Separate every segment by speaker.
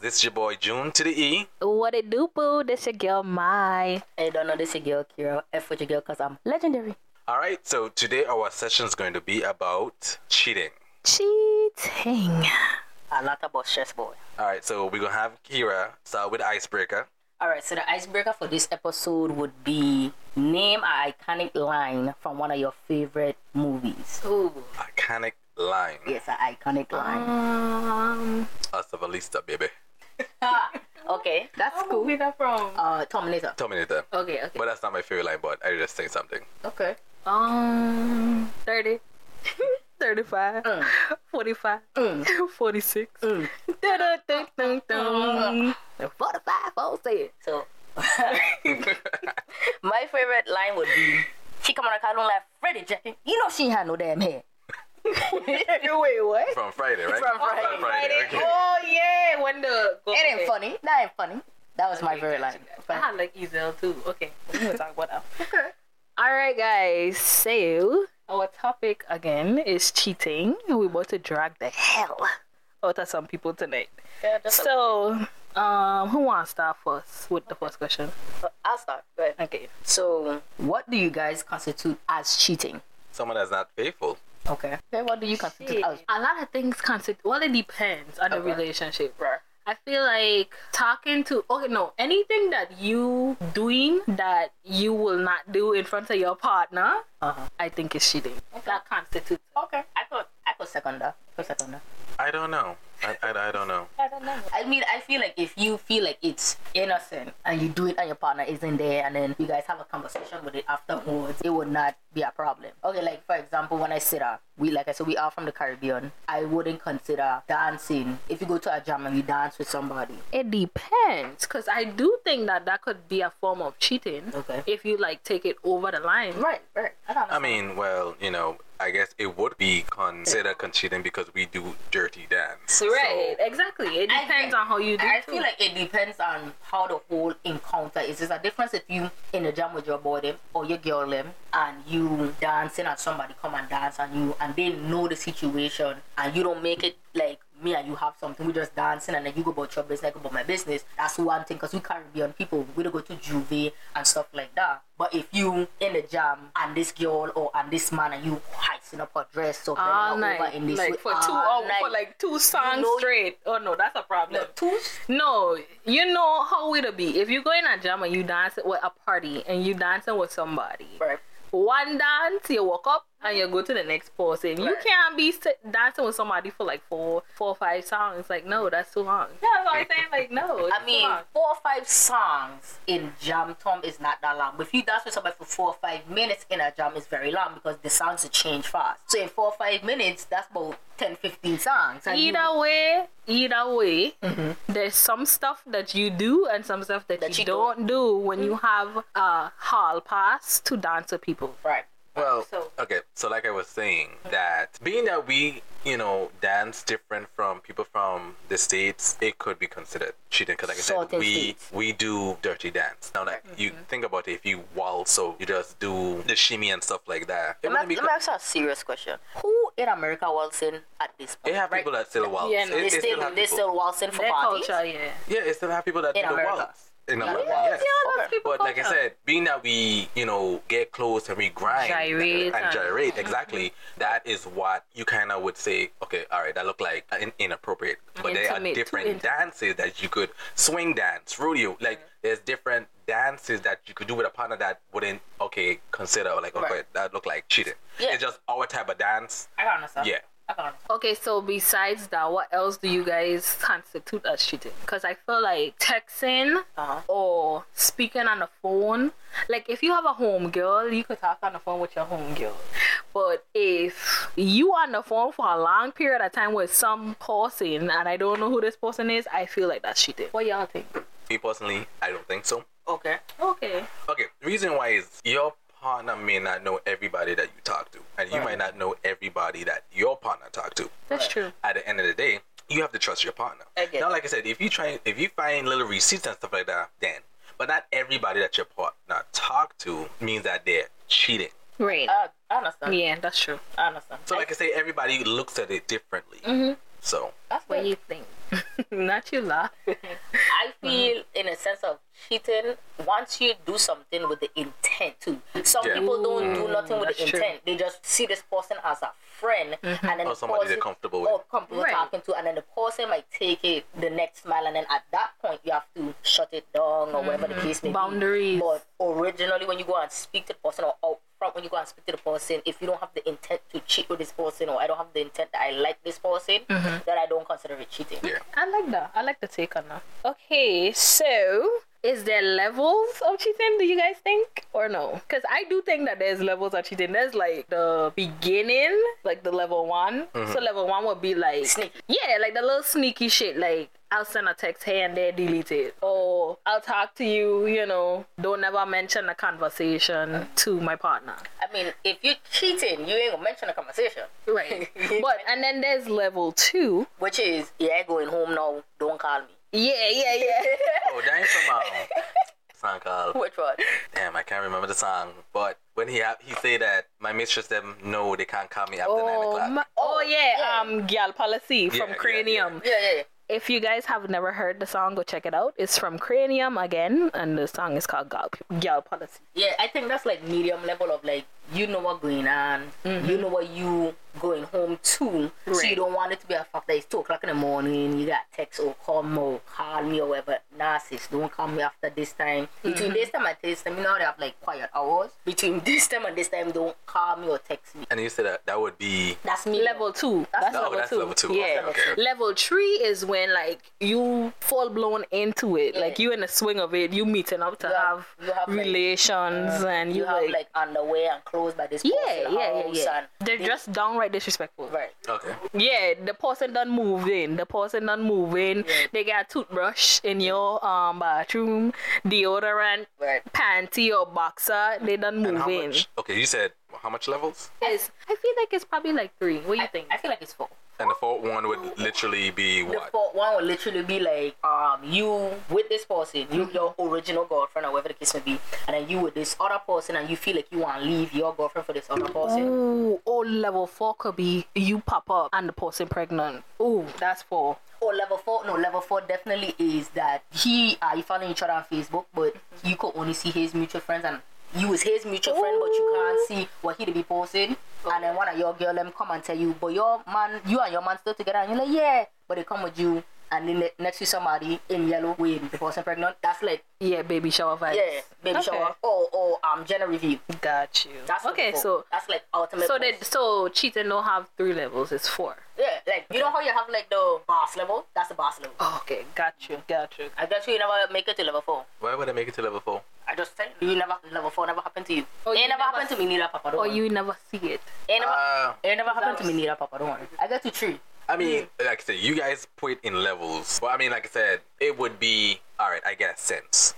Speaker 1: This is your boy June to the E.
Speaker 2: What it do, boo? This your girl, Mai.
Speaker 3: Hey, don't know this your girl, Kira. F with your girl, cause I'm
Speaker 2: Legendary.
Speaker 1: All right, so today our session is going to be about cheating.
Speaker 2: Cheating.
Speaker 3: a lot about stress boy.
Speaker 1: All right, so we're going to have Kira start with icebreaker.
Speaker 3: All right, so the icebreaker for this episode would be name an iconic line from one of your favorite movies.
Speaker 2: Ooh.
Speaker 1: Iconic line.
Speaker 3: Yes, an iconic line.
Speaker 2: Um,
Speaker 1: Us of a Lista, baby.
Speaker 3: okay, that's cool.
Speaker 2: that from?
Speaker 3: Uh, Terminator.
Speaker 1: Terminator.
Speaker 3: Okay, okay,
Speaker 1: But that's not my favorite line, but I just think something.
Speaker 3: okay.
Speaker 2: Um, 30. 35.
Speaker 3: Mm.
Speaker 2: 45.
Speaker 3: Mm.
Speaker 2: 46.
Speaker 3: Mm.
Speaker 2: Dun-dun-dun-dun-dun.
Speaker 3: Four to five, four, say it. So, my favorite line would be, "She come on the car don't like Freddie Jackson. You know she ain't had no damn hair."
Speaker 2: Wait, what?
Speaker 1: From Friday, right?
Speaker 3: From Friday.
Speaker 1: From Friday, okay.
Speaker 2: Oh, yeah. When the. Go
Speaker 3: It ain't funny. That ain't funny. That was my favorite line. But-
Speaker 2: I like Ezel too. Okay, we're gonna talk about that. Okay. All right, guys. So our topic again is cheating. We're about to drag the hell out of some people tonight. So, um, who wants to start first with the first question?
Speaker 3: Uh-huh. I'll start. Go ahead.
Speaker 2: Okay.
Speaker 3: So, what do you guys constitute as cheating?
Speaker 1: Someone that's not faithful.
Speaker 3: Okay. Okay, what do you constitute as?
Speaker 2: A lot of things consider. Well, it depends on the
Speaker 3: Okay.
Speaker 2: relationship.
Speaker 3: Right.
Speaker 2: I feel like talking to okay no anything that you doing that you will not do in front of your partner
Speaker 3: Uh-huh.
Speaker 2: I think is cheating that constitutes
Speaker 3: Okay. I could I could second that. I could second uh. that.
Speaker 1: I don't know. I, I, I don't know.
Speaker 2: I don't know
Speaker 3: I mean, I feel like if you feel like it's innocent and you do it and your partner isn't there, and then you guys have a conversation with it afterwards, it would not be a problem. Okay, like for example, when I sit up, we like I said, we are from the Caribbean. I wouldn't consider dancing if you go to a jam and you dance with somebody.
Speaker 2: it depends because I do think that that could be a form of cheating
Speaker 3: Okay.
Speaker 2: if you like take it over the line
Speaker 3: Right, right. I don't know.
Speaker 1: I mean, well, you know, I guess it would be considered cheating because we do dirty dance.
Speaker 2: right
Speaker 1: So,
Speaker 2: exactly it
Speaker 3: I
Speaker 2: depends
Speaker 3: think-
Speaker 2: on how you do
Speaker 3: I
Speaker 2: it,
Speaker 3: feel
Speaker 2: too.
Speaker 3: like it depends on how the whole encounter is. There's a difference if you in a jam with your boy them or your girl them and you dancing and somebody come and dance and you and they know the situation and you don't make it like me and you have something. We just dancing and then you go about your business, I go about my business. That's one thing because we Caribbean people, we don't go to juve and stuff like that. But if you in a jam and this girl or and this man and you heisting up her dress so
Speaker 2: all
Speaker 3: bending her
Speaker 2: night
Speaker 3: over in this way,
Speaker 2: like for two or
Speaker 3: all
Speaker 2: for
Speaker 3: night.
Speaker 2: like two songs
Speaker 3: know-
Speaker 2: straight oh no that's a problem
Speaker 3: No, two
Speaker 2: No, you know how it'll be. If you go in a jam and you dance with a party and you dancing with somebody,
Speaker 3: right.
Speaker 2: one dance, you walk up and you go to the next person. You
Speaker 3: Right.
Speaker 2: can't be sit, dancing with somebody for like four, four or five songs. Like, no, that's too long. Yeah, that's what I'm saying. Like, no, it's
Speaker 3: I mean,
Speaker 2: too long.
Speaker 3: four or five songs in jam tom is not that long. But if you dance with somebody for four or five minutes in a jam, it's very long because the songs will change fast. So in four or five minutes, that's about 10, 15 songs. And you- Mm-hmm.
Speaker 2: Either way, either way, there's some stuff that you do and some stuff that,
Speaker 3: That
Speaker 2: you,
Speaker 3: you
Speaker 2: don't do when you have a hall pass to dance with people.
Speaker 3: right.
Speaker 1: well,
Speaker 2: So-
Speaker 1: okay. So, like I was saying, that being that we, you know, dance different from people from the states, it could be considered cheating because, like I
Speaker 3: Certain
Speaker 1: said, we
Speaker 3: states. Mm-hmm.
Speaker 1: we do dirty dance. Now, like you think about it, if you waltz, so you just do the shimmy and stuff like that. It wouldn't
Speaker 3: Let me,
Speaker 1: be.
Speaker 3: let me ask you a serious question. Who in America waltzing at this
Speaker 1: They
Speaker 3: point?
Speaker 1: have
Speaker 3: right?
Speaker 1: people that still waltz.
Speaker 2: Yeah, no.
Speaker 1: It-
Speaker 3: they
Speaker 1: it still
Speaker 3: still,
Speaker 1: have
Speaker 3: they
Speaker 1: people.
Speaker 3: still waltzing for
Speaker 2: Their
Speaker 3: parties.
Speaker 2: culture, yeah.
Speaker 1: Yeah, it's still have people that
Speaker 3: In
Speaker 1: do
Speaker 3: America.
Speaker 1: the waltz. In
Speaker 3: Yeah.
Speaker 1: America,
Speaker 3: Yeah,
Speaker 1: yes.
Speaker 2: Yeah, that's
Speaker 3: Okay.
Speaker 2: people
Speaker 1: But like I
Speaker 2: culture.
Speaker 1: said, being that we, you know, get close and we grind
Speaker 2: Gyrate uh, mm-hmm.
Speaker 1: and
Speaker 2: and-
Speaker 1: gyrate, exactly, that is what you kind of would say, okay, all right, that look like in- inappropriate. But there are
Speaker 2: Intimate, too
Speaker 1: different
Speaker 2: intimate.
Speaker 1: dances that you could swing dance, rodeo. Like there's different dances that you could do with a partner that wouldn't, okay, consider like, okay,
Speaker 3: Right.
Speaker 1: that look like cheating.
Speaker 3: Yeah.
Speaker 1: It's just our type of dance.
Speaker 3: I don't understand.
Speaker 2: Uh-huh.
Speaker 1: Yeah.
Speaker 3: I don't understand.
Speaker 2: Okay, so besides that, what else do you guys constitute as cheating? Because I feel like texting
Speaker 3: Uh-huh.
Speaker 2: or speaking on the phone, like if you have a home girl, you could talk on the phone with your home girl. But if you on the phone for a long period of time with some person and I don't know who this person is, I feel like that's cheating. What y'all think?
Speaker 1: Me personally, I don't think so.
Speaker 3: Okay.
Speaker 2: Okay.
Speaker 1: Okay, the reason why is your partner may not know everybody that you talk to, and you
Speaker 3: Right.
Speaker 1: might not know everybody that your partner talk to.
Speaker 2: That's
Speaker 3: Right.
Speaker 2: true.
Speaker 1: At the end of the day, you have to trust your partner.
Speaker 3: I get
Speaker 1: now,
Speaker 3: that.
Speaker 1: like I said, if you try, if you find little receipts and stuff like that, then, but not everybody that your partner talk to means that they're cheating.
Speaker 2: Right.
Speaker 3: I, I understand.
Speaker 2: yeah, that's true.
Speaker 3: I understand.
Speaker 1: So,
Speaker 3: I- Mm-hmm.
Speaker 1: like I say, everybody looks at it differently. So,
Speaker 3: that's
Speaker 2: What
Speaker 3: what
Speaker 2: do you think? Not you laughing. Uh-huh.
Speaker 3: I feel in a sense of cheating once you do something with the intent too. Some
Speaker 1: Yeah.
Speaker 3: people don't do nothing with the
Speaker 2: Mm, that's true. Mm-hmm.
Speaker 3: intent. They just see this person as a friend and then
Speaker 1: Or
Speaker 3: the
Speaker 1: somebody they're
Speaker 3: person-
Speaker 1: comfortable
Speaker 3: or
Speaker 1: with.
Speaker 3: comfortable
Speaker 2: Right.
Speaker 3: talking to and then the person might take it the next mile and then at that point you have to shut it down or whatever the case may be.
Speaker 2: Mm-hmm. Boundaries.
Speaker 3: But originally when you go and speak to the person or out front when you go and speak to the person, if you don't have the intent to cheat with this person or I don't have the intent that I like this person,
Speaker 2: Mm-hmm.
Speaker 3: then I don't consider it cheating.
Speaker 1: Yeah.
Speaker 2: I like that. I like the take on that. Okay, so is there levels of cheating? Do you guys think or no? Because I do think that there's levels of cheating. There's like the beginning, like the level one. So level one would be like
Speaker 3: Sneaky.
Speaker 2: yeah, like the little sneaky shit. Like I'll send a text here and there, delete it, or I'll talk to you. You know, don't ever mention a conversation to my partner.
Speaker 3: I mean, if you're cheating, you ain't gonna mention a conversation.
Speaker 2: Right. but and then there's level two.
Speaker 3: Which is, yeah, I going home now, don't call me.
Speaker 2: Yeah, yeah, yeah.
Speaker 1: Oh, that ain't from um, song called.
Speaker 3: Which one?
Speaker 1: Damn, I can't remember the song. But when he ha- he say that my mistress them no, they can't call me after nine
Speaker 2: Oh,
Speaker 1: o'clock.
Speaker 2: my, oh yeah,
Speaker 3: yeah.
Speaker 2: um, Gyal Policy
Speaker 1: Yeah,
Speaker 2: from
Speaker 1: yeah,
Speaker 2: Cranium.
Speaker 3: Yeah, yeah, yeah.
Speaker 2: If you guys have never heard the song, go check it out. It's from Cranium again, and the song is called Gyal, Gyal Policy.
Speaker 3: Yeah, I think that's like medium level of like, you know what going on, you know what you going home to, so you
Speaker 2: Mm-hmm. Right.
Speaker 3: don't want it to be a fact that it's 2 o'clock in the morning, you got text or call me or call me or whatever. Nah, sis, don't call me after this time.
Speaker 2: Mm-hmm.
Speaker 3: Between this time and this time, you know how they have like quiet hours? Between this time and this time, don't call me or text me.
Speaker 1: And you said that that would be
Speaker 3: That's me.
Speaker 2: Level two. That's,
Speaker 3: That's level-
Speaker 1: Oh,
Speaker 2: level,
Speaker 1: that's
Speaker 2: two.
Speaker 1: level two.
Speaker 2: Yeah.
Speaker 1: Okay, okay, okay.
Speaker 2: Level three is when like you full blown into it, like you in the swing of it. You meeting up to
Speaker 3: You have-
Speaker 2: have,
Speaker 3: you have, like, uh,
Speaker 2: relations, and you,
Speaker 3: you have
Speaker 2: like,
Speaker 3: like underwear and clothes by this
Speaker 2: yeah, yeah,
Speaker 3: person
Speaker 2: yeah,
Speaker 3: house
Speaker 2: yeah.
Speaker 3: and
Speaker 2: They're
Speaker 3: they-
Speaker 2: just downright disrespectful.
Speaker 3: right
Speaker 1: okay.
Speaker 2: Yeah, the person done moving. The person done moving.
Speaker 3: Yeah.
Speaker 2: They got toothbrush in your um bathroom, deodorant,
Speaker 3: right
Speaker 2: panty or boxer. They done
Speaker 1: And how
Speaker 2: moving.
Speaker 1: much? Okay, you said how much levels?
Speaker 2: It's, I feel like it's probably like three. What do you
Speaker 3: I,
Speaker 2: think?
Speaker 3: I feel like it's four
Speaker 1: And the fourth one would literally be
Speaker 3: the
Speaker 1: what?
Speaker 3: fourth one would literally be like um you with this person you your original girlfriend or whatever the case may be and then you with this other person and you feel like you want to leave your girlfriend for this other person
Speaker 2: Ooh, or level four could be you pop up and the person pregnant. Ooh, that's four.
Speaker 3: or level four no level four definitely is that he are you following each other on facebook but you could only see his mutual friends and you is his mutual friend but you can't see what he to be posting and then one of your girl them come and tell you but your man you and your man still together and you're like yeah but they come with you and then ne- next to somebody in yellow with the person pregnant that's like
Speaker 2: Yeah, baby shower vibes.
Speaker 3: yeah baby
Speaker 2: Okay.
Speaker 3: shower or or um gender review
Speaker 2: Got you.
Speaker 3: that's level
Speaker 2: okay,
Speaker 3: four.
Speaker 2: so
Speaker 3: that's like ultimate
Speaker 2: so
Speaker 3: boss.
Speaker 2: that so cheating don't have three levels. It's four.
Speaker 3: yeah like you know how you have like the boss level that's the boss level
Speaker 2: Okay, got you, got you.
Speaker 3: i guess you never make it to level four
Speaker 1: Why would I make it to level four?
Speaker 3: I just tell you, you never level four never happened to you.
Speaker 2: Oh,
Speaker 3: it
Speaker 2: you
Speaker 3: ain't never
Speaker 2: never-
Speaker 3: happened to me neither, Papa. Don't
Speaker 2: Or
Speaker 3: worry.
Speaker 2: you never see it.
Speaker 3: ain't never,
Speaker 1: Uh,
Speaker 3: it never happened to me neither, Papa. Don't worry. I got to three.
Speaker 1: I mean, like I said, you guys put in levels. But I mean, like I said, it would be all right. I get a sense.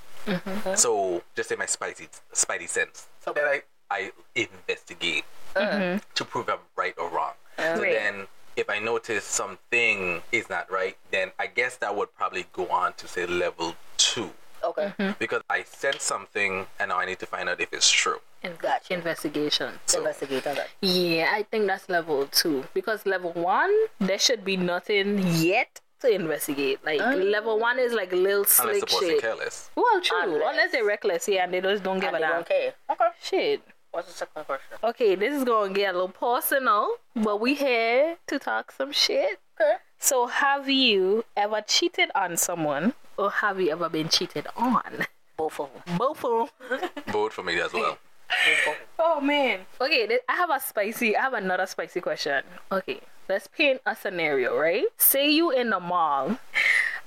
Speaker 1: So just say my spicy, spidey sense. Mm-hmm. So then I, I investigate to prove I'm right or wrong. So
Speaker 2: Right.
Speaker 1: then, if I notice something is not right, then I guess that would probably go on to say level two
Speaker 3: Okay,
Speaker 2: Mm.
Speaker 1: because I sense something and now I need to find out if it's true.
Speaker 3: Gotcha.
Speaker 2: Investigation.
Speaker 1: So,
Speaker 3: investigate on that.
Speaker 2: Yeah, I think that's level two because level one there should be nothing yet to investigate. Like
Speaker 3: Um,
Speaker 2: level one is like little
Speaker 1: unless the
Speaker 2: slick
Speaker 1: person
Speaker 2: shit.
Speaker 1: careless.
Speaker 2: Well, true.
Speaker 3: Unless-
Speaker 2: Unless, they're reckless, yeah, and they just don't give
Speaker 3: And
Speaker 2: a
Speaker 3: they
Speaker 2: damn.
Speaker 3: don't care. uh, Okay.
Speaker 2: Shit.
Speaker 3: What's the second question?
Speaker 2: Okay, this is gonna get a little personal, but we here to talk some shit.
Speaker 3: Okay.
Speaker 2: So, have you ever cheated on someone, or have you ever been cheated on?
Speaker 3: Both of them.
Speaker 2: Both of 'em.
Speaker 1: Vote for me as well.
Speaker 3: Both of them.
Speaker 2: Oh man. Okay, th- I have a spicy. I have another spicy question. Okay, let's paint a scenario, right? Say you in the mall,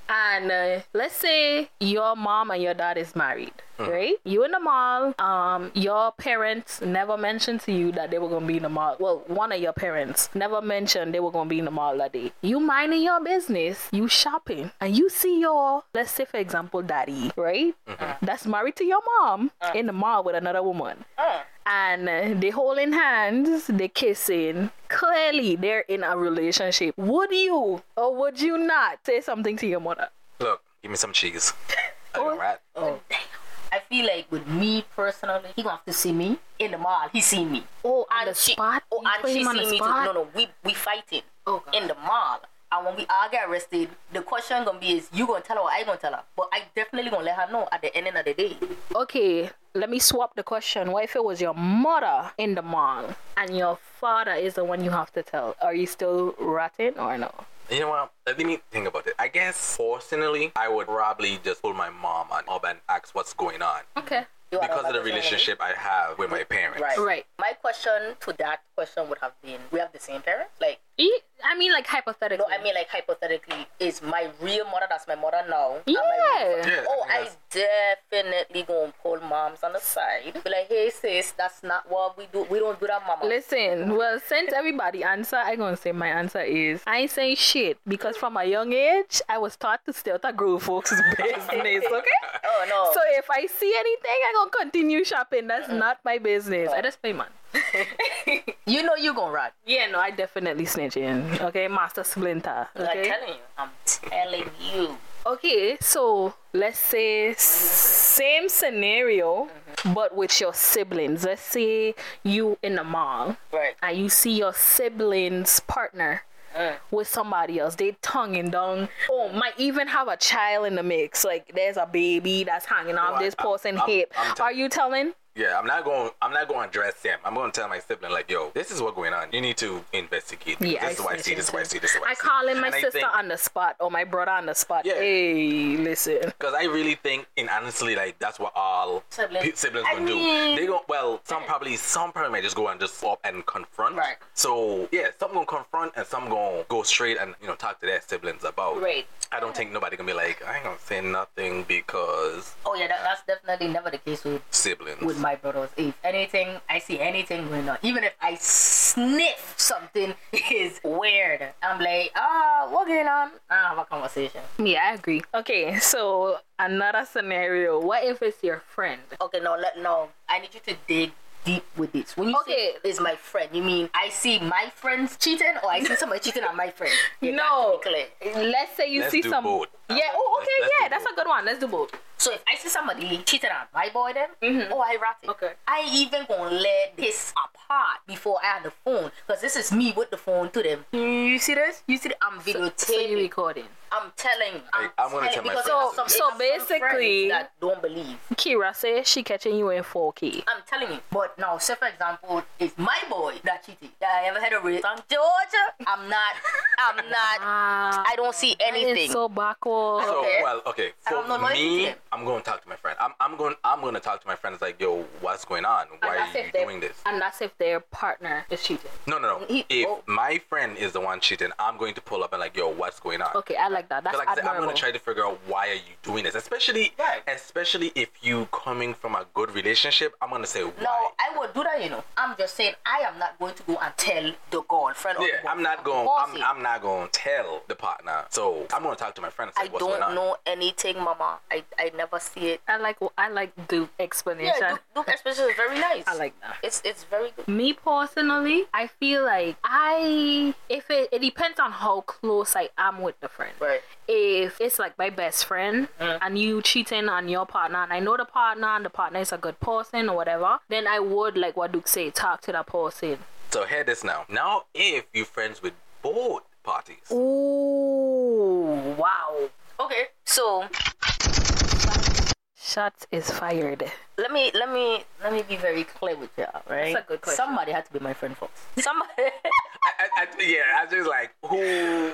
Speaker 2: and uh, let's say your mom and your dad is married, right? You in the mall. Um, your parents never mentioned to you that they were gonna be in the mall. Well, one of your parents never mentioned they were gonna be in the mall that day. You minding your business, you shopping, and you see your, let's say for example, daddy, right? That's married to your mom in the mall with another woman
Speaker 3: Uh,
Speaker 2: and uh, they holding hands, they kissing. Clearly, they're in a relationship. Would you or would you not say something to your mother?
Speaker 1: Look, give me some cheese. All right.
Speaker 3: oh. I feel like with me personally, he gonna have to see me in the mall. He see me.
Speaker 2: Oh, on
Speaker 3: and
Speaker 2: the
Speaker 3: she,
Speaker 2: spot?
Speaker 3: Oh,
Speaker 2: You
Speaker 3: and
Speaker 2: put
Speaker 3: she
Speaker 2: him on
Speaker 3: see
Speaker 2: the
Speaker 3: me too.
Speaker 2: spot?
Speaker 3: No, no, we we fighting
Speaker 2: Oh, God.
Speaker 3: in the mall. And when we all get arrested, the question gonna be is you gonna tell her or I gonna tell her. But I definitely gonna let her know at the ending of the day.
Speaker 2: Okay, let me swap the question. What if it was your mother in the mall and your father is the one you have to tell? Are you still ratting or no?
Speaker 1: You know what? Let me think about it. I guess personally, I would probably just pull my mom and up and ask what's going on
Speaker 2: Okay.
Speaker 3: You are
Speaker 1: because of the
Speaker 3: about to say anything.
Speaker 1: relationship I have with my parents.
Speaker 3: Right.
Speaker 2: Right.
Speaker 3: My question to that question would have been we have the same parents? Like
Speaker 2: E- I mean, like hypothetically.
Speaker 3: no, I mean like hypothetically, is my real mother that's my mother now? and my
Speaker 2: Yeah.
Speaker 3: real fa-
Speaker 1: Yeah, I
Speaker 3: oh,
Speaker 1: think
Speaker 3: I
Speaker 1: that's-
Speaker 3: definitely gonna pull moms on the side. Be like, hey sis, that's not what we do. We don't do that, mama.
Speaker 2: Listen, well, since everybody answer, I gonna say my answer is I ain't saying shit because from a young age I was taught to stay out of grown folks' business. Okay.
Speaker 3: oh no.
Speaker 2: So if I see anything, I gonna continue shopping. That's not my business. I just pay man.
Speaker 3: you know you gonna rat.
Speaker 2: Yeah, no, I definitely snitching. Okay, Master Splinter.
Speaker 3: I'm
Speaker 2: Okay.
Speaker 3: telling you. I'm telling you.
Speaker 2: Okay, so let's say s- same scenario, but with your siblings. Let's say you in the mall
Speaker 3: Right.
Speaker 2: and you see your siblings partner
Speaker 3: Mm.
Speaker 2: with somebody else. They tonguing down. Oh, might even have a child in the mix. Like there's a baby that's hanging off
Speaker 1: No, I-
Speaker 2: this
Speaker 1: I'm-
Speaker 2: person
Speaker 1: I'm-
Speaker 2: hip.
Speaker 1: I'm tell-
Speaker 2: Are you telling?
Speaker 1: Yeah, I'm not going. I'm not going to address them. I'm going to tell my sibling like, "Yo, this is what's going on. You need to investigate.
Speaker 2: Yeah,
Speaker 1: this is
Speaker 2: I
Speaker 1: why I see.
Speaker 2: snitching
Speaker 1: This is why I
Speaker 2: too.
Speaker 1: see. This is why
Speaker 2: I call in my
Speaker 1: And I
Speaker 2: sister
Speaker 1: think-
Speaker 2: on the spot or my brother on the spot.
Speaker 1: Yeah.
Speaker 2: Hey, listen.
Speaker 1: Because I really think, and honestly, like that's what all
Speaker 3: Siblings.
Speaker 1: siblings, siblings
Speaker 3: I
Speaker 1: gonna
Speaker 3: mean-
Speaker 1: do. They go well. Some probably, some probably might just go and just up and confront.
Speaker 3: Right.
Speaker 1: So yeah, some gonna confront and some gonna go straight and you know talk to their siblings about.
Speaker 3: Right.
Speaker 1: I don't think nobody gonna be like, I ain't gonna say nothing because
Speaker 3: Oh yeah, that, that's definitely never the case with
Speaker 1: siblings.
Speaker 3: with my brothers. If anything, I see anything going on. Even if I sniff something is weird, I'm like, ah, what going on? I have a conversation.
Speaker 2: Yeah, I agree. Okay, so another scenario. What if it's your friend?
Speaker 3: Okay, no, let no. I need you to dig deep with this. When you
Speaker 2: Okay.
Speaker 3: say is my friend, you mean I see my friends cheating or I see somebody cheating on my friend? You got
Speaker 2: No.
Speaker 3: to be clear.
Speaker 2: Let's say you
Speaker 1: Let's
Speaker 2: see
Speaker 1: do
Speaker 2: some.
Speaker 1: both.
Speaker 2: Yeah. Oh, okay.
Speaker 1: Let's- let's
Speaker 2: yeah,
Speaker 1: do
Speaker 2: that's
Speaker 1: both.
Speaker 2: a good one. Let's do both.
Speaker 3: So if I see somebody cheating on my boy, then oh, I rat it.
Speaker 2: Mm-hmm. Okay.
Speaker 3: I even gonna let this apart before I have the phone, cause this is me with the phone to them. You see this? You see? This? I'm videotaping.
Speaker 2: So you recording?
Speaker 3: I'm telling you. I'm,
Speaker 1: I'm gonna
Speaker 3: telling
Speaker 1: tell my
Speaker 3: because
Speaker 1: friends
Speaker 3: there's some-
Speaker 2: So- so
Speaker 3: there's some
Speaker 2: basically-
Speaker 3: friends that don't believe.
Speaker 2: Kira says she catching you in 4K.
Speaker 3: I'm telling you. But now, say for example, it's my boy that cheated. That I ever had a race from Georgia. I'm not. I'm not.
Speaker 2: Ah,
Speaker 3: I don't see anything.
Speaker 2: so backward.
Speaker 1: So
Speaker 3: Okay.
Speaker 1: well, okay. For
Speaker 3: I don't know loyalty to
Speaker 1: me,
Speaker 3: them.
Speaker 1: I'm going to talk to my friend. I'm, I'm going. I'm going to talk to my friends. Like, yo, what's going on? Why
Speaker 2: that's
Speaker 1: are
Speaker 2: if
Speaker 1: you
Speaker 2: they-
Speaker 1: doing this?
Speaker 2: and that's if their partner is cheating.
Speaker 1: No, no, no.
Speaker 3: He-
Speaker 1: if
Speaker 3: oh.
Speaker 1: my friend is the one cheating, I'm going to pull up and like, yo, what's going on?
Speaker 2: Okay, I like that. That's
Speaker 1: But like I said, I'm
Speaker 2: admirable.
Speaker 1: gonna try to figure out why are you doing this, especially
Speaker 3: Right.
Speaker 1: especially if you coming from a good relationship. I'm gonna say why.
Speaker 3: No, I would do that, you know. I'm just saying, I am not going to go and tell the girlfriend. or the
Speaker 1: yeah, I'm
Speaker 3: boyfriend
Speaker 1: not
Speaker 3: or the
Speaker 1: going.
Speaker 3: bossy.
Speaker 1: I'm, I'm not going to tell the partner. So I'm gonna talk to my friend and say
Speaker 3: I
Speaker 1: what's going
Speaker 3: don't
Speaker 1: on.
Speaker 3: know anything, Mama. I, I never see it.
Speaker 2: I like. I like the explanation.
Speaker 3: Yeah, Duke, Duke Expression is very nice.
Speaker 2: I like that.
Speaker 3: It's it's very good.
Speaker 2: me personally i feel like i if it, it depends on how close i am with the friend
Speaker 3: Right. Mm.
Speaker 2: if it's like my best friend and you cheating on your partner and i know the partner and the partner is a good person or whatever then i would like what duke say talk to that person
Speaker 1: So hear this now. Now, if you friends with both parties,
Speaker 2: Ooh, wow
Speaker 3: Okay, so
Speaker 2: shots is fired
Speaker 3: let me let me let me be very clear with you, all right?
Speaker 2: That's a good question.
Speaker 3: Somebody had to be my friend first. Somebody.
Speaker 1: I, I, I, yeah, I was just like who.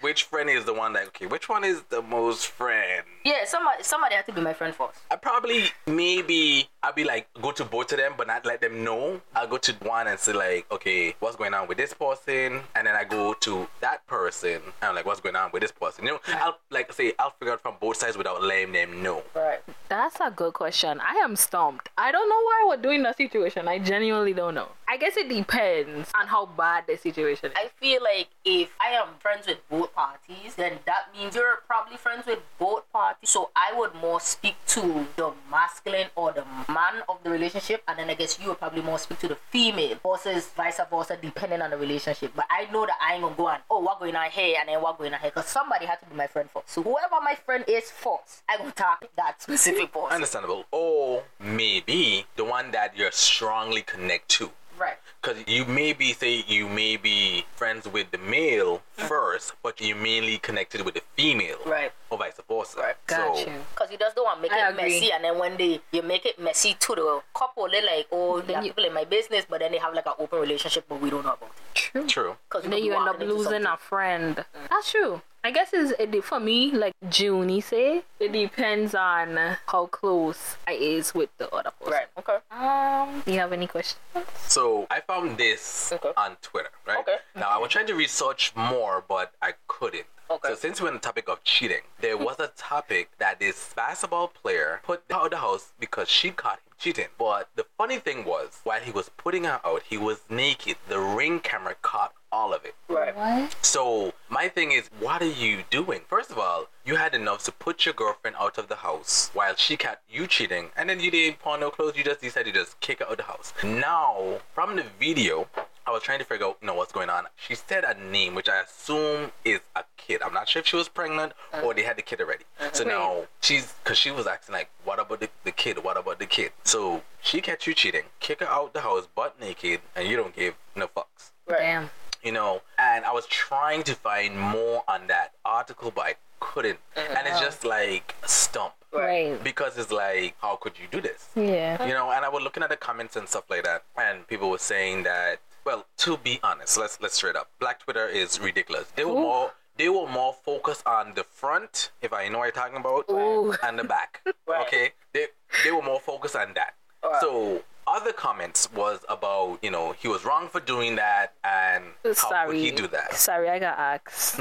Speaker 1: Which friend is the one that okay? Which one is the most friend?
Speaker 3: yeah, somebody somebody had to be my friend first.
Speaker 1: I probably maybe I'll be like go to both of them, but not let them know. I'll go to one and say like, okay, what's going on with this person, and then I go to that person and I'm like, what's going on with this person? You know, I'll like say I'll figure out from both sides without letting them know.
Speaker 3: Right.
Speaker 2: That's a good question. I am stumped. I don't know why I would do in that situation. I genuinely don't know. I guess it depends on how bad the situation is.
Speaker 3: I feel like if I am friends with both parties, then that means you're probably friends with both parties. So I would more speak to the masculine or the man of the relationship, and then I guess you would probably more speak to the female versus vice versa, depending on the relationship. But I know that I ain't gonna go and oh, what going on here, and then what going on here, because somebody had to be my friend first. So whoever my friend is first, I gonna talk that specific person.
Speaker 1: Understandable. Or maybe the one that you're strongly connect to.
Speaker 3: Right.
Speaker 1: Because you maybe say you may be friends with the male first, but you mainly connected with the female,
Speaker 3: Mm. Right.
Speaker 1: Or vice versa.
Speaker 2: Got
Speaker 1: so,
Speaker 2: you.
Speaker 3: Because you just don't want to make
Speaker 2: I
Speaker 3: it
Speaker 2: agree.
Speaker 3: messy, and then when they you make it messy to the couple, they're like, oh, there
Speaker 2: Then
Speaker 3: are
Speaker 2: you-
Speaker 3: people in my business, but then they have like an open relationship, but we don't know about it.
Speaker 2: True.
Speaker 1: True.
Speaker 3: Because
Speaker 2: then you end up losing a friend. That's true. I guess it's it de- for me like June. You say it depends on how close I is with the other person.
Speaker 3: Right. Okay.
Speaker 2: Um. You have any questions?
Speaker 1: So I found this
Speaker 3: Okay.
Speaker 1: on Twitter, right?
Speaker 3: Okay.
Speaker 1: Now I was trying to research more, but I couldn't.
Speaker 3: Okay.
Speaker 1: So since we're on the topic of cheating, there was a topic that this basketball player put out of the house because she caught him cheating. But the funny thing was, while he was putting her out, he was naked. The ring camera caught all of it.
Speaker 3: Right.
Speaker 2: What?
Speaker 1: So my thing is, what are you doing? First of all, you had enough to put your girlfriend out of the house while she kept you cheating, and then you didn't pawn no clothes. You just decided to just kick her out of the house. Now, from the video, I was trying to figure out, you know, what's going on. She said a name, which I assume is a kid. I'm not sure if she was pregnant or they had the kid already. So now she's, cause she was acting like, what about the, the kid? What about the kid? So she catch you cheating, kick her out the house butt naked, and you don't give no fucks
Speaker 3: Right.
Speaker 2: Damn.
Speaker 1: you know and i was trying to find more on that article but i couldn't and it's just like stump
Speaker 2: Right.
Speaker 1: because it's like how could you do this
Speaker 2: Yeah.
Speaker 1: you know and i was looking at the comments and stuff like that and people were saying that well to be honest let's let's straight up black twitter is ridiculous they were
Speaker 2: Ooh.
Speaker 1: more they were more focused on the front if i know what you're talking about
Speaker 2: Ooh.
Speaker 1: and the back
Speaker 3: Right.
Speaker 1: okay they they were more focused on that
Speaker 3: Alright.
Speaker 1: so other comments was about you know he was wrong for doing that and how could
Speaker 2: Sorry.
Speaker 1: he do that Mm-hmm.
Speaker 2: Sorry, I got asked.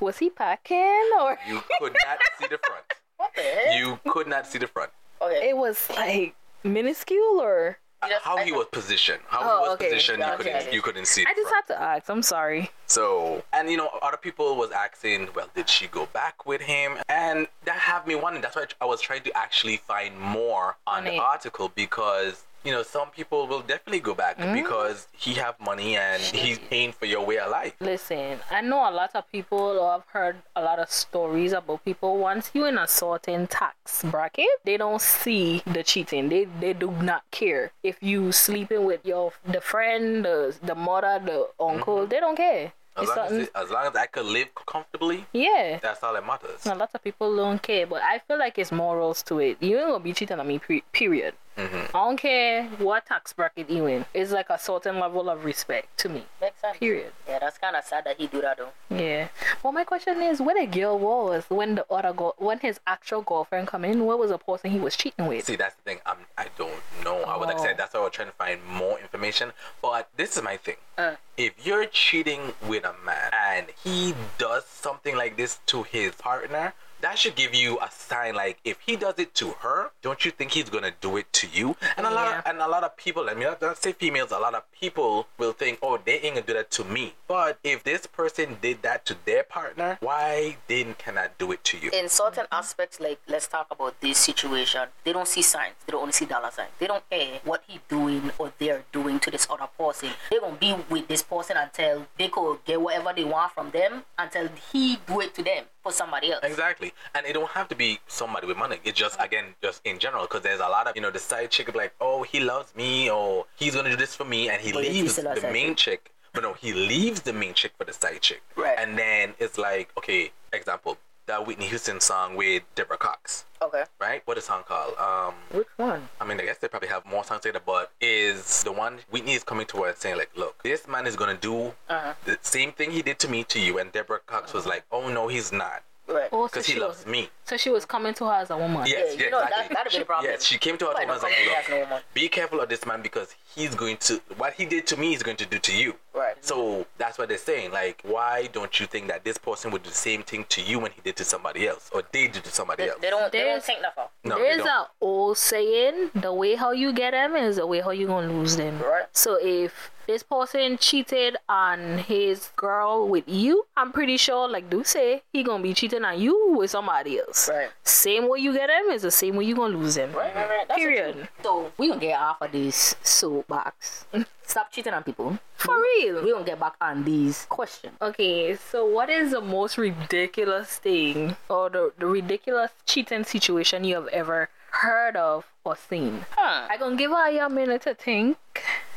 Speaker 2: Was he packing or
Speaker 1: you could not see the front
Speaker 3: What the heck?
Speaker 1: you could not see the front
Speaker 3: okay.
Speaker 2: it was like minuscule or?
Speaker 3: Yes,
Speaker 1: how
Speaker 3: I
Speaker 1: he
Speaker 3: know.
Speaker 1: was positioned how
Speaker 2: Oh,
Speaker 1: he was
Speaker 2: okay.
Speaker 1: positioned
Speaker 3: Yeah,
Speaker 1: you
Speaker 3: okay,
Speaker 1: couldn't
Speaker 3: I did.
Speaker 1: you couldn't see
Speaker 2: I
Speaker 1: the
Speaker 2: just
Speaker 1: front.
Speaker 2: had to ask. I'm sorry.
Speaker 1: So, and you know, other people was asking, well, did she go back with him? And that had me wondering. That's why I was trying to actually find more on
Speaker 2: On
Speaker 1: the
Speaker 2: it.
Speaker 1: article because you know some people will definitely go back
Speaker 2: Mm.
Speaker 1: because he have money and he's paying for your way of life.
Speaker 2: Listen, I know a lot of people, or I've heard a lot of stories about people. Once you in a certain tax bracket, they don't see the cheating. They they do not care if you sleeping with your the friend, the the mother, the uncle. They don't care.
Speaker 1: As long
Speaker 2: It's
Speaker 1: as,
Speaker 2: something-
Speaker 1: it- as long as I could live comfortably,
Speaker 2: yeah.
Speaker 1: that's all that matters.
Speaker 2: A lot of people don't care, but I feel like it's morals to it. You ain't gonna be cheating on me, pe- period.
Speaker 1: Mm-hmm.
Speaker 2: I don't care what tax bracket you in. It's like a certain level of respect to me,
Speaker 3: Makes sense.
Speaker 2: period.
Speaker 3: Yeah, that's kind of sad that he do that though.
Speaker 2: Yeah. Well, my question is, where the girl was when the other girl, when his actual girlfriend come in? What was the person he was cheating with?
Speaker 1: See, that's the thing. I'm, I don't know. I was like I
Speaker 2: Oh.
Speaker 1: said, that's why I was trying to find more information. But this is my thing.
Speaker 2: Uh.
Speaker 1: If you're cheating with a man and he does something like this to his partner, that should give you a sign. Like, if he does it to her, don't you think he's gonna do it to you? And a lot, of,
Speaker 2: Yeah.
Speaker 1: and a lot of people. I mean, I don't say females. A lot of people will think, oh, they ain't gonna do that to me. But if this person did that to their partner, why then can I do it to you?
Speaker 3: in certain
Speaker 2: Mm-hmm.
Speaker 3: aspects, like let's talk about this situation, they don't see signs. They don't only see dollar signs. They don't care what he doing or they're doing to this other person. They gonna be with this person until they could get whatever they want from them until he do it to them for somebody else.
Speaker 1: Exactly, and it don't have to be somebody with money. It's just again, just in general, because there's a lot of you know the side chick be like, oh, he loves me, or he's gonna do this for me, and he
Speaker 3: But yet he
Speaker 1: leaves
Speaker 3: still has
Speaker 1: the
Speaker 3: that
Speaker 1: main chick. But no, he leaves the main chick for the side chick.
Speaker 3: Right.
Speaker 1: And then it's like, okay, example that Whitney Houston song with Deborah Cox,
Speaker 3: Okay.
Speaker 1: right? What is song called? Um,
Speaker 2: Which one?
Speaker 1: I mean, I guess they probably have more songs later, but is the one Whitney is coming to her and saying like, "Look, this man is gonna do
Speaker 3: Uh-huh.
Speaker 1: the same thing he did to me to you," and Deborah Cox was like, "Oh no, he's not."
Speaker 3: Right.
Speaker 2: Oh, so
Speaker 1: Because
Speaker 2: she
Speaker 1: he loves
Speaker 2: was,
Speaker 1: me.
Speaker 2: So she was coming to her as a woman.
Speaker 1: Yes,
Speaker 3: Yeah, you
Speaker 1: yeah,
Speaker 3: know, that-
Speaker 1: exactly.
Speaker 3: that'd be the problem.
Speaker 1: Yes, she came to her
Speaker 3: Why
Speaker 1: home and was
Speaker 3: don't
Speaker 1: like,
Speaker 3: come to me as
Speaker 1: look,
Speaker 3: no woman?"
Speaker 1: be careful of this man because he's going to, what he did to me, he's going to do to you.
Speaker 3: Right.
Speaker 1: So that's what they're saying. Like, why don't you think that this person would do the same thing to you when he did to somebody else or they did to somebody
Speaker 3: They,
Speaker 1: else?
Speaker 3: they don't. They don't
Speaker 2: There's-
Speaker 3: think nothing.
Speaker 1: No, they
Speaker 2: There's
Speaker 1: don't.
Speaker 2: a old saying: the way how you get them is the way how you gonna lose them.
Speaker 3: Right.
Speaker 2: So if this person cheated on his girl with you, I'm pretty sure, like do say, he gonna be cheating on you with somebody else.
Speaker 3: Right.
Speaker 2: Same way you get them is the same way you gonna lose them.
Speaker 3: Right. Right. right. That's the
Speaker 2: Period.
Speaker 3: truth. So we gonna get off of this soapbox. Stop cheating on people.
Speaker 2: For real.
Speaker 3: We gonna get back on these questions.
Speaker 2: Okay, so what is the most ridiculous thing or the, the ridiculous cheating situation you have ever heard of or seen?
Speaker 3: Huh.
Speaker 2: I gonna give her a minute to think.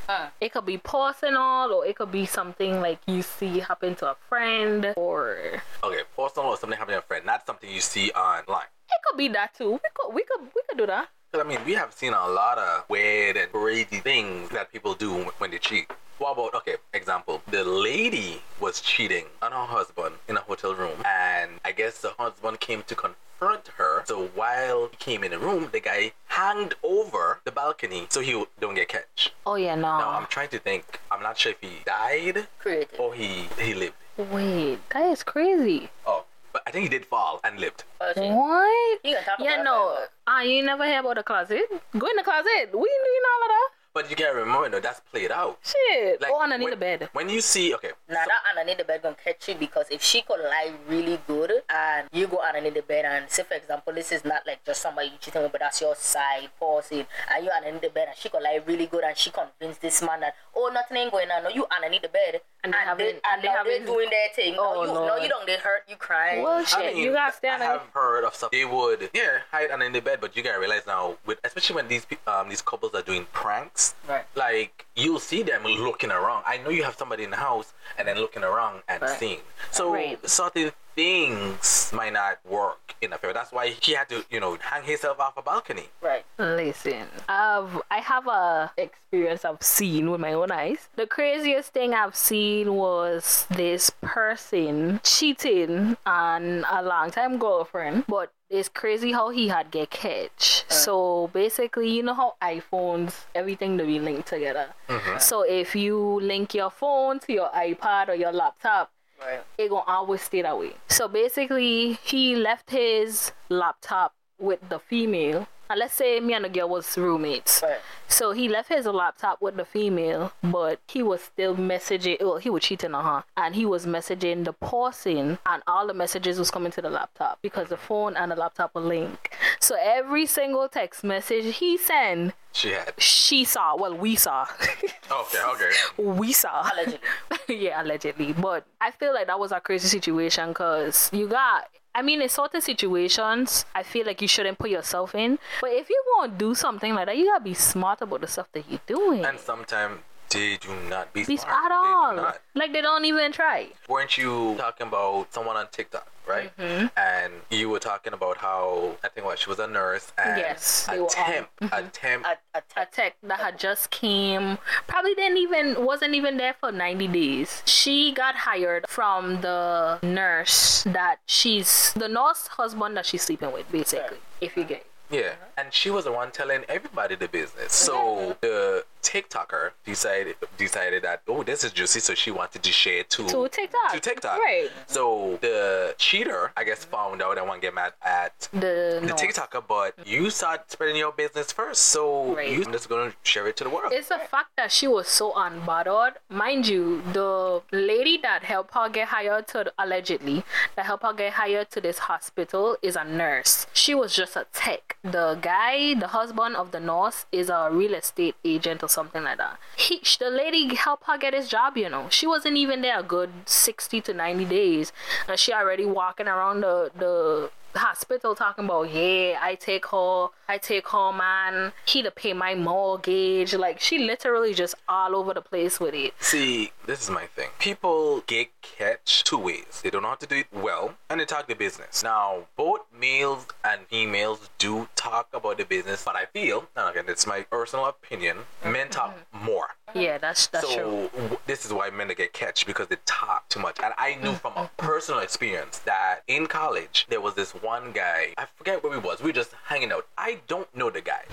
Speaker 3: Mm.
Speaker 2: It could be personal, or it could be something like you see happen to a friend, or it
Speaker 1: Okay, personal or something happening to a friend, not something you see online.
Speaker 2: could be that too. We could, we could, we could do that.
Speaker 1: Because I mean, we have seen a lot of weird and crazy things that people do wh- when they cheat. What about okay? Example: the lady was cheating on her husband in a hotel room, and I guess the husband came to confront her. So while he came in the room, the guy hanged over the balcony so he w- don't get catch.
Speaker 2: Oh yeah,
Speaker 1: Now I'm
Speaker 2: no.
Speaker 1: trying to think. I'm not sure if he died
Speaker 3: Creative.
Speaker 1: or he he lived.
Speaker 2: Wait, that is crazy.
Speaker 1: Oh, but I think he did fall and lived.
Speaker 3: Okay.
Speaker 2: What?
Speaker 3: Oh. You can talk about
Speaker 2: Yeah,
Speaker 3: that
Speaker 2: no.
Speaker 3: forever.
Speaker 2: Ah, you never hear about the closet? Go in the closet. We ain't doing all of that.
Speaker 1: But you gotta remember though, that's played out.
Speaker 2: Shit.
Speaker 1: Like,
Speaker 2: oh, underneath
Speaker 1: when,
Speaker 2: the bed.
Speaker 1: When you see okay,
Speaker 3: Now that underneath the bed gonna catch you because if she could lie really good and you go underneath the bed and say for example this is not like just somebody you cheating with but that's your side person and you underneath the bed and she could lie really good and she convinced this man that oh nothing ain't going on no you underneath the bed
Speaker 2: And they haven't-
Speaker 3: and
Speaker 2: they
Speaker 3: now they
Speaker 2: haven't-
Speaker 3: doing their thing no
Speaker 2: Oh,
Speaker 3: you
Speaker 2: Lord.
Speaker 3: no you don't they hurt you crying
Speaker 2: Well, shit. you gotta stand
Speaker 1: I
Speaker 2: on
Speaker 1: have heard of some. They would, yeah, hide under in the bed, but you gotta realize now, with especially when these pe- um these couples are doing pranks,
Speaker 3: Right.
Speaker 1: Like you'll see them looking around. I know you have somebody in the house, and then looking around and
Speaker 3: Right.
Speaker 1: seeing. So
Speaker 2: Right.
Speaker 1: certain things might not work in a favor. That's why he had to, you know, hang himself off a balcony.
Speaker 3: right
Speaker 2: Listen, I've I have a experience I've seen with my own eyes. The craziest thing I've seen was this person cheating on a long time girlfriend, but it's crazy how he had get catch. So basically, you know how iPhones everything to be linked together. So if you link your phone to your iPad or your laptop,
Speaker 3: right
Speaker 2: it gonna always stay that way. So basically, he left his laptop with the female. And let's say me and the girl was roommates.
Speaker 3: right
Speaker 2: So he left his laptop with the female, but he was still messaging. Well, he was cheating on her, and he was messaging the person, and all the messages was coming to the laptop because the phone and the laptop were linked. So every single text message he sent,
Speaker 1: She had.
Speaker 2: she saw. Well, we saw.
Speaker 1: Okay, okay.
Speaker 2: we saw
Speaker 3: allegedly
Speaker 2: yeah, allegedly. But I feel like that was a crazy situation because you got. I mean, in certain situations, I feel like you shouldn't put yourself in. But if you won't do something like that, you gotta be smart about the stuff that you're doing.
Speaker 1: and sometimes they do not be
Speaker 2: Be
Speaker 1: smart. They
Speaker 2: at
Speaker 1: do
Speaker 2: all.
Speaker 1: not.
Speaker 2: Like they don't even try.
Speaker 1: weren't you talking about someone on TikTok, right?
Speaker 2: Mm-hmm.
Speaker 1: And you were talking about how I think what she was a nurse and
Speaker 2: Yes, they
Speaker 1: a
Speaker 2: were Mm-hmm. on-
Speaker 1: temp, a temp.
Speaker 3: at, at,
Speaker 2: A tech that had just came, probably didn't even wasn't even there for 90 days. She got hired from the nurse that she's the nurse husband that she's sleeping with, basically. If you get.
Speaker 1: yeah, and she was the one telling everybody the business.
Speaker 2: Mm-hmm.
Speaker 1: So the TikToker decided decided that oh, this is juicy, so she wanted to share to
Speaker 2: To TikTok.
Speaker 1: To TikTok,
Speaker 2: Right.
Speaker 1: So the cheater, I guess, found out and want to get mad at
Speaker 2: The,
Speaker 1: the
Speaker 2: nurse.
Speaker 1: TikToker, but you started spreading your business first, so
Speaker 2: Right.
Speaker 1: you- I'm just gonna share it to the world.
Speaker 2: It's the fact that she was so unbothered. Mind you, the lady that helped her get hired to allegedly that helped her get hired to this hospital is a nurse. She was just a tech. The guy, the husband of the nurse, is a real estate agent or something like that. He, sh- the lady helped her get his job. You know, she wasn't even there a good sixty to ninety days, and she already walking around the the hospital talking about yeah i take her i take her man he to pay my mortgage like she literally just all over the place with it
Speaker 1: See, this is my thing. People get catch two ways. They don't know how to do it well, and they talk the business. Now, both males and females do talk about the business, but I feel, now again, it's my personal opinion, men talk more.
Speaker 2: yeah that's Mm-hmm. that's true
Speaker 1: So w- this is why men that get catch because they talk too much. And I knew from a
Speaker 2: Mm-hmm.
Speaker 1: personal experience that in college there was this one guy. I forget where we was. We were just hanging out. I don't know the guy.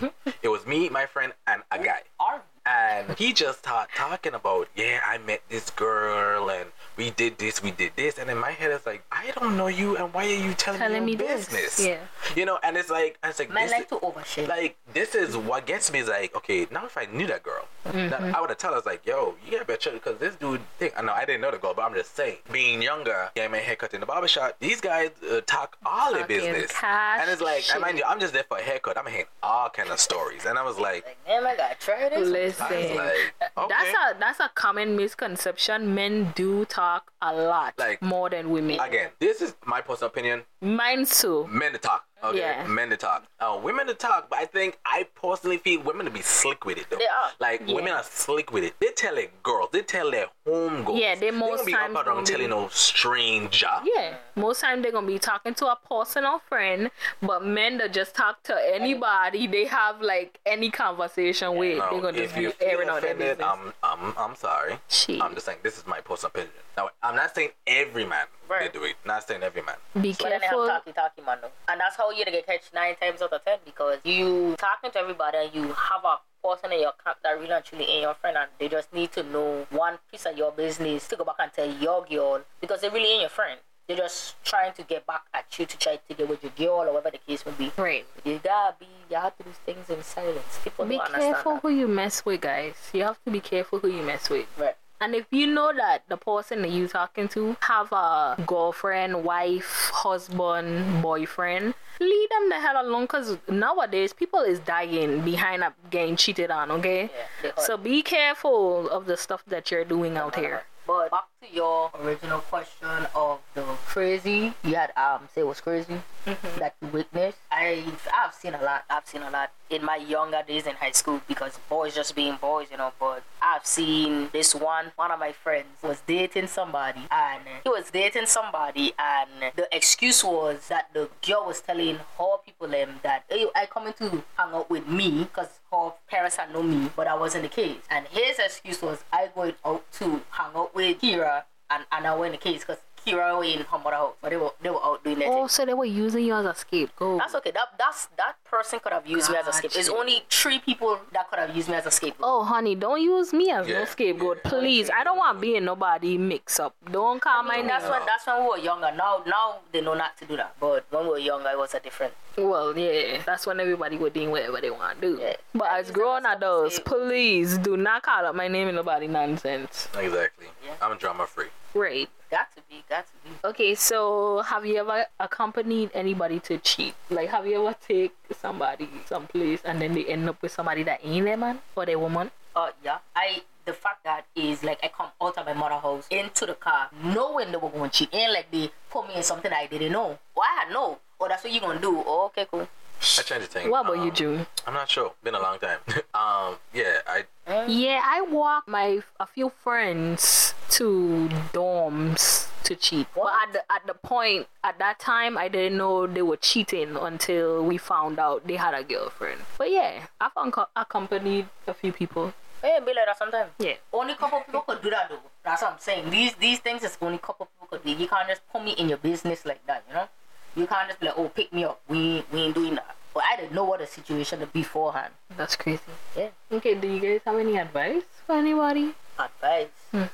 Speaker 1: it was me, my friend, and a guy
Speaker 3: our
Speaker 1: and he just started talking about, yeah, I met this girl and we did this, we did this, and in my head it's like, I don't know you, and why are you telling,
Speaker 2: Telling
Speaker 1: me
Speaker 2: me
Speaker 1: your
Speaker 2: this,
Speaker 1: business?
Speaker 2: yeah.
Speaker 1: you know, and it's like, it's like,
Speaker 3: men
Speaker 1: this
Speaker 3: like
Speaker 1: is-
Speaker 3: to overshare
Speaker 1: like this is what gets me is like, okay, now if I knew that girl,
Speaker 2: Mm-hmm.
Speaker 1: that I would have told us like, yo, you gotta better because this dude think. I know I didn't know the girl, but I'm just saying, being younger, getting my haircut in the barber shop, these guys uh, talk all their
Speaker 2: Talking
Speaker 1: business,
Speaker 2: cash
Speaker 1: and it's like, I mind you,
Speaker 2: shit.
Speaker 1: I'm just there for a haircut. I'm hearing all kind of stories, and I was like.
Speaker 3: like man I gotta try
Speaker 1: I
Speaker 3: this
Speaker 1: was
Speaker 2: listen
Speaker 1: like, okay.
Speaker 2: that's a that's a common misconception men do talk a lot
Speaker 1: Like-
Speaker 2: more than women
Speaker 1: Again, this is my personal opinion.
Speaker 2: mine too
Speaker 1: Men to talk Okay,
Speaker 2: Yeah.
Speaker 1: men to talk. Uh, women to talk, but I think I personally feel women to be slick with it though.
Speaker 3: They are.
Speaker 1: Like women are slick with it. They tell their girls, they tell their home girls.
Speaker 2: Yeah, they most
Speaker 1: gonna be up
Speaker 2: times
Speaker 1: out there
Speaker 2: gonna be-
Speaker 1: telling no stranger.
Speaker 2: Yeah, most time they're gonna be talking to a personal friend, but men that just talk to anybody, they have like any conversation with,
Speaker 1: Now,
Speaker 2: they're gonna
Speaker 1: if
Speaker 2: just be
Speaker 1: you feel
Speaker 2: airing out their
Speaker 1: offended,
Speaker 2: business.
Speaker 1: I'm, I'm, I'm sorry.
Speaker 2: Shit.
Speaker 1: I'm just saying this is my personal opinion. Now, I'm not saying every man
Speaker 3: Right.
Speaker 1: they do it. Not saying every man.
Speaker 2: be
Speaker 3: But then they have
Speaker 2: careful.
Speaker 3: talkie talkie man though. And that's how you're gonna get catch nine times out of ten because you talking to everybody and you have a person in your camp that really and truly ain't your friend and they just need to know one piece of your business to go back and tell your girl because they really ain't your friend. They're just trying to get back at you to try to get with your girl or whatever the case may be.
Speaker 2: Right.
Speaker 3: You gotta be you have to do things in silence. People
Speaker 2: Be
Speaker 3: don't understand
Speaker 2: careful
Speaker 3: that.
Speaker 2: who you mess with, guys. You have to be careful who you mess with.
Speaker 3: Right.
Speaker 2: And if you know that the person that you talking to have a girlfriend, wife, husband, boyfriend, leave them the hell alone. Cause nowadays people is dying behind up getting cheated on. Okay.
Speaker 3: Yeah, they hurt.
Speaker 2: so be careful of the stuff that you're doing out here.
Speaker 3: But back to your original question of the crazy you had um say was crazy that you witnessed. I I've seen a lot. I've seen a lot in my younger days in high school because boys just being boys, you know. But I've seen this one. One of my friends was dating somebody, and he was dating somebody, and the excuse was that the girl was telling her people them that hey, I coming to hang out with me because her parents had known me, but I wasn't the case. And his excuse was I going out to hang out with Kira and and I went the case because Kira was in her mother house, but they were they were out doing their thing.
Speaker 2: Oh, so they were using you as a scapegoat.
Speaker 3: That's okay. That that's that person could have used me as a scapegoat. It's
Speaker 2: Gotcha.
Speaker 3: only three people that could have used me as a scapegoat.
Speaker 2: Oh, honey, don't use me as
Speaker 1: Yeah,
Speaker 2: no scapegoat,
Speaker 1: yeah.
Speaker 2: please. I don't want to be in nobody mix up. Don't call my name.
Speaker 3: And that's when that's when we were younger. Now now they know not to do that. But when we were younger, it was a different.
Speaker 2: Well, yeah, that's when everybody would doing whatever they want to do.
Speaker 3: Yeah.
Speaker 2: But
Speaker 3: That
Speaker 2: as
Speaker 3: is
Speaker 2: grown
Speaker 3: awesome.
Speaker 2: adults, please do not call up my name and nobody nonsense.
Speaker 1: Exactly.
Speaker 3: Yeah.
Speaker 1: I'm drama free.
Speaker 2: Right.
Speaker 3: Got to be, got to be.
Speaker 2: Okay, so have you ever accompanied anybody to cheat? Like, have you ever take somebody someplace and then they end up with somebody that ain't their man or their woman?
Speaker 3: Uh, yeah. I the fact that is like I come out of my mother house into the car, knowing they were going to cheat, ain't like they put me in something I didn't know. Why I know? Oh, that's what you gonna do? Oh, okay, cool.
Speaker 1: I changed the thing.
Speaker 2: What about you,
Speaker 1: Um,
Speaker 2: June?
Speaker 1: I'm not sure. Been a long time. um, yeah, I
Speaker 2: Yeah, I walked my a few friends to dorms to cheat. Well, at the, at the point at that time, I didn't know they were cheating until we found out they had a girlfriend. But yeah, I've unco- accompanied a few people.
Speaker 3: Yeah, be like that sometimes.
Speaker 2: Yeah.
Speaker 3: Only couple people could do that though. That's what I'm saying. These these things is only couple people could do. You can't just put me in your business like that, you know? You can't just be like, oh, pick me up. We ain't, we ain't doing that. But I didn't know what the situation is beforehand.
Speaker 2: That's crazy.
Speaker 3: Yeah.
Speaker 2: Okay, do you guys have any advice for anybody?
Speaker 3: Advice.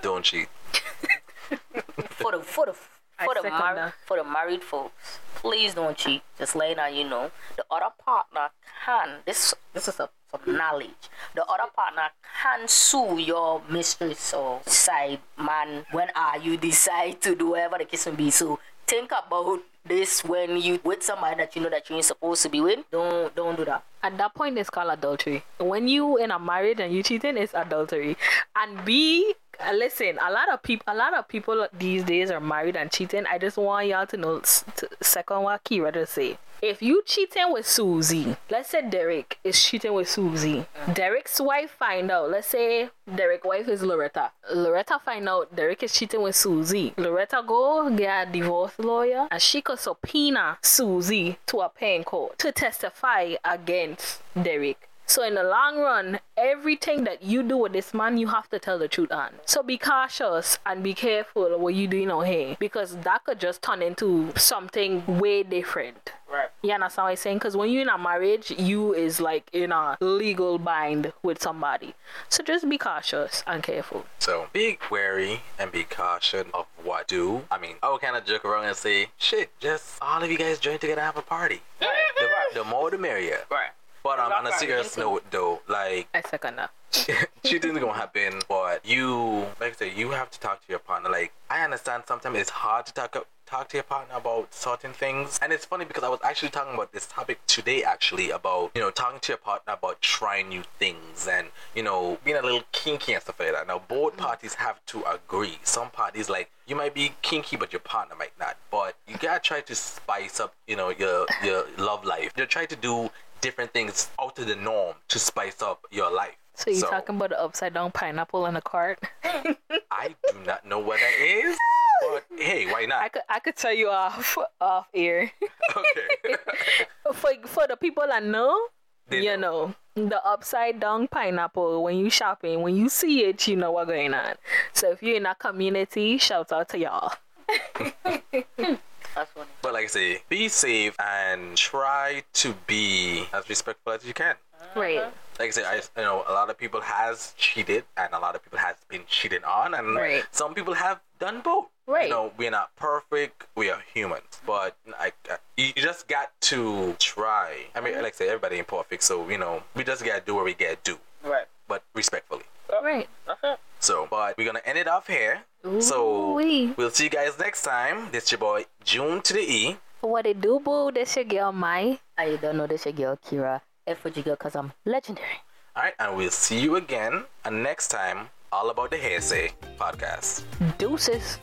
Speaker 1: don't cheat.
Speaker 3: for the for the
Speaker 2: I
Speaker 3: for the,
Speaker 2: second
Speaker 3: mar-
Speaker 2: that.
Speaker 3: for the married folks, please don't cheat. Just letting now you know the other partner can this this is a, some knowledge. The other partner can sue your mistress or side man when uh, you decide to do whatever the case may be. So think about this when you with somebody that you know that you ain't supposed to be with. Don't don't do that.
Speaker 2: At that point, it's called adultery. When you in a marriage and you cheating, it's adultery. And B, uh, listen, a lot of people, a lot of people these days are married and cheating. I just want y'all to know. s- t- second, what Kira to say. If you cheating with Susie, let's say Derek is cheating with Susie. Derek's wife find out. Let's say Derek's wife is Loretta. Loretta find out Derek is cheating with Susie. Loretta go get a divorce lawyer and she could subpoena Susie to a paying court to testify against Derek. So in the long run, everything that you do with this man, you have to tell the truth on. So be cautious and be careful what you doing out here because that could just turn into something way different.
Speaker 3: Right.
Speaker 2: You understand what I'm saying? Because when you're in a marriage, you is like in a legal bind with somebody. So just be cautious and careful.
Speaker 1: So be wary and be cautious of what do. I mean, I would kind of joke around and say, shit, just all of you guys join together and have a party. the, the more the merrier.
Speaker 3: Right.
Speaker 1: But um, on a
Speaker 3: Right.
Speaker 1: serious note, though, like
Speaker 2: I second that.
Speaker 1: cheating's gonna happen, but you, like I said, you have to talk to your partner. Like I understand sometimes it's hard to talk up, talk to your partner about certain things. And it's funny because I was actually talking about this topic today, actually, about, you know, talking to your partner about trying new things and, you know, being a little kinky and stuff like that. Now, both parties have to agree. Some parties, like, you might be kinky, but your partner might not. But you gotta try to spice up, you know, your your love life. You try to do different things out of the norm to spice up your life.
Speaker 2: So you're talking about an upside down pineapple in a cart?
Speaker 1: I do not know what that is, but hey, why
Speaker 2: I
Speaker 1: not?
Speaker 2: could I could tell you off off air.
Speaker 1: Okay.
Speaker 2: for for the people that know,
Speaker 1: They
Speaker 2: you know. the upside down pineapple. When you shopping, when you see it, you know what's going on. So if you're in our community, shout out to y'all.
Speaker 3: That's funny.
Speaker 1: But like I say, be safe and try to be as respectful as you can.
Speaker 2: Right.
Speaker 1: Like I say, I you know a lot of people has cheated and a lot of people has been cheated on, and
Speaker 2: Right.
Speaker 1: some people have done both.
Speaker 2: Right.
Speaker 1: You know, we're not perfect. We are humans, but I, I- you you just got to try. I
Speaker 2: Mm-hmm.
Speaker 1: mean, like I say, everybody ain't perfect, so you know we just gotta do what we gotta do,
Speaker 3: Right.
Speaker 1: but respectfully.
Speaker 2: Right.
Speaker 3: That's it.
Speaker 1: So, but we're gonna end it off here. So
Speaker 2: Ooh-wee.
Speaker 1: we'll see you guys next time. This your boy June to the E.
Speaker 2: What it do, boo? This your girl, Mai.
Speaker 3: I don't know this your girl, Kira. F with your girl, cause I'm legendary.
Speaker 1: All right, and we'll see uh, you again. And next time, all about the Hearsay podcast.
Speaker 2: Deuces.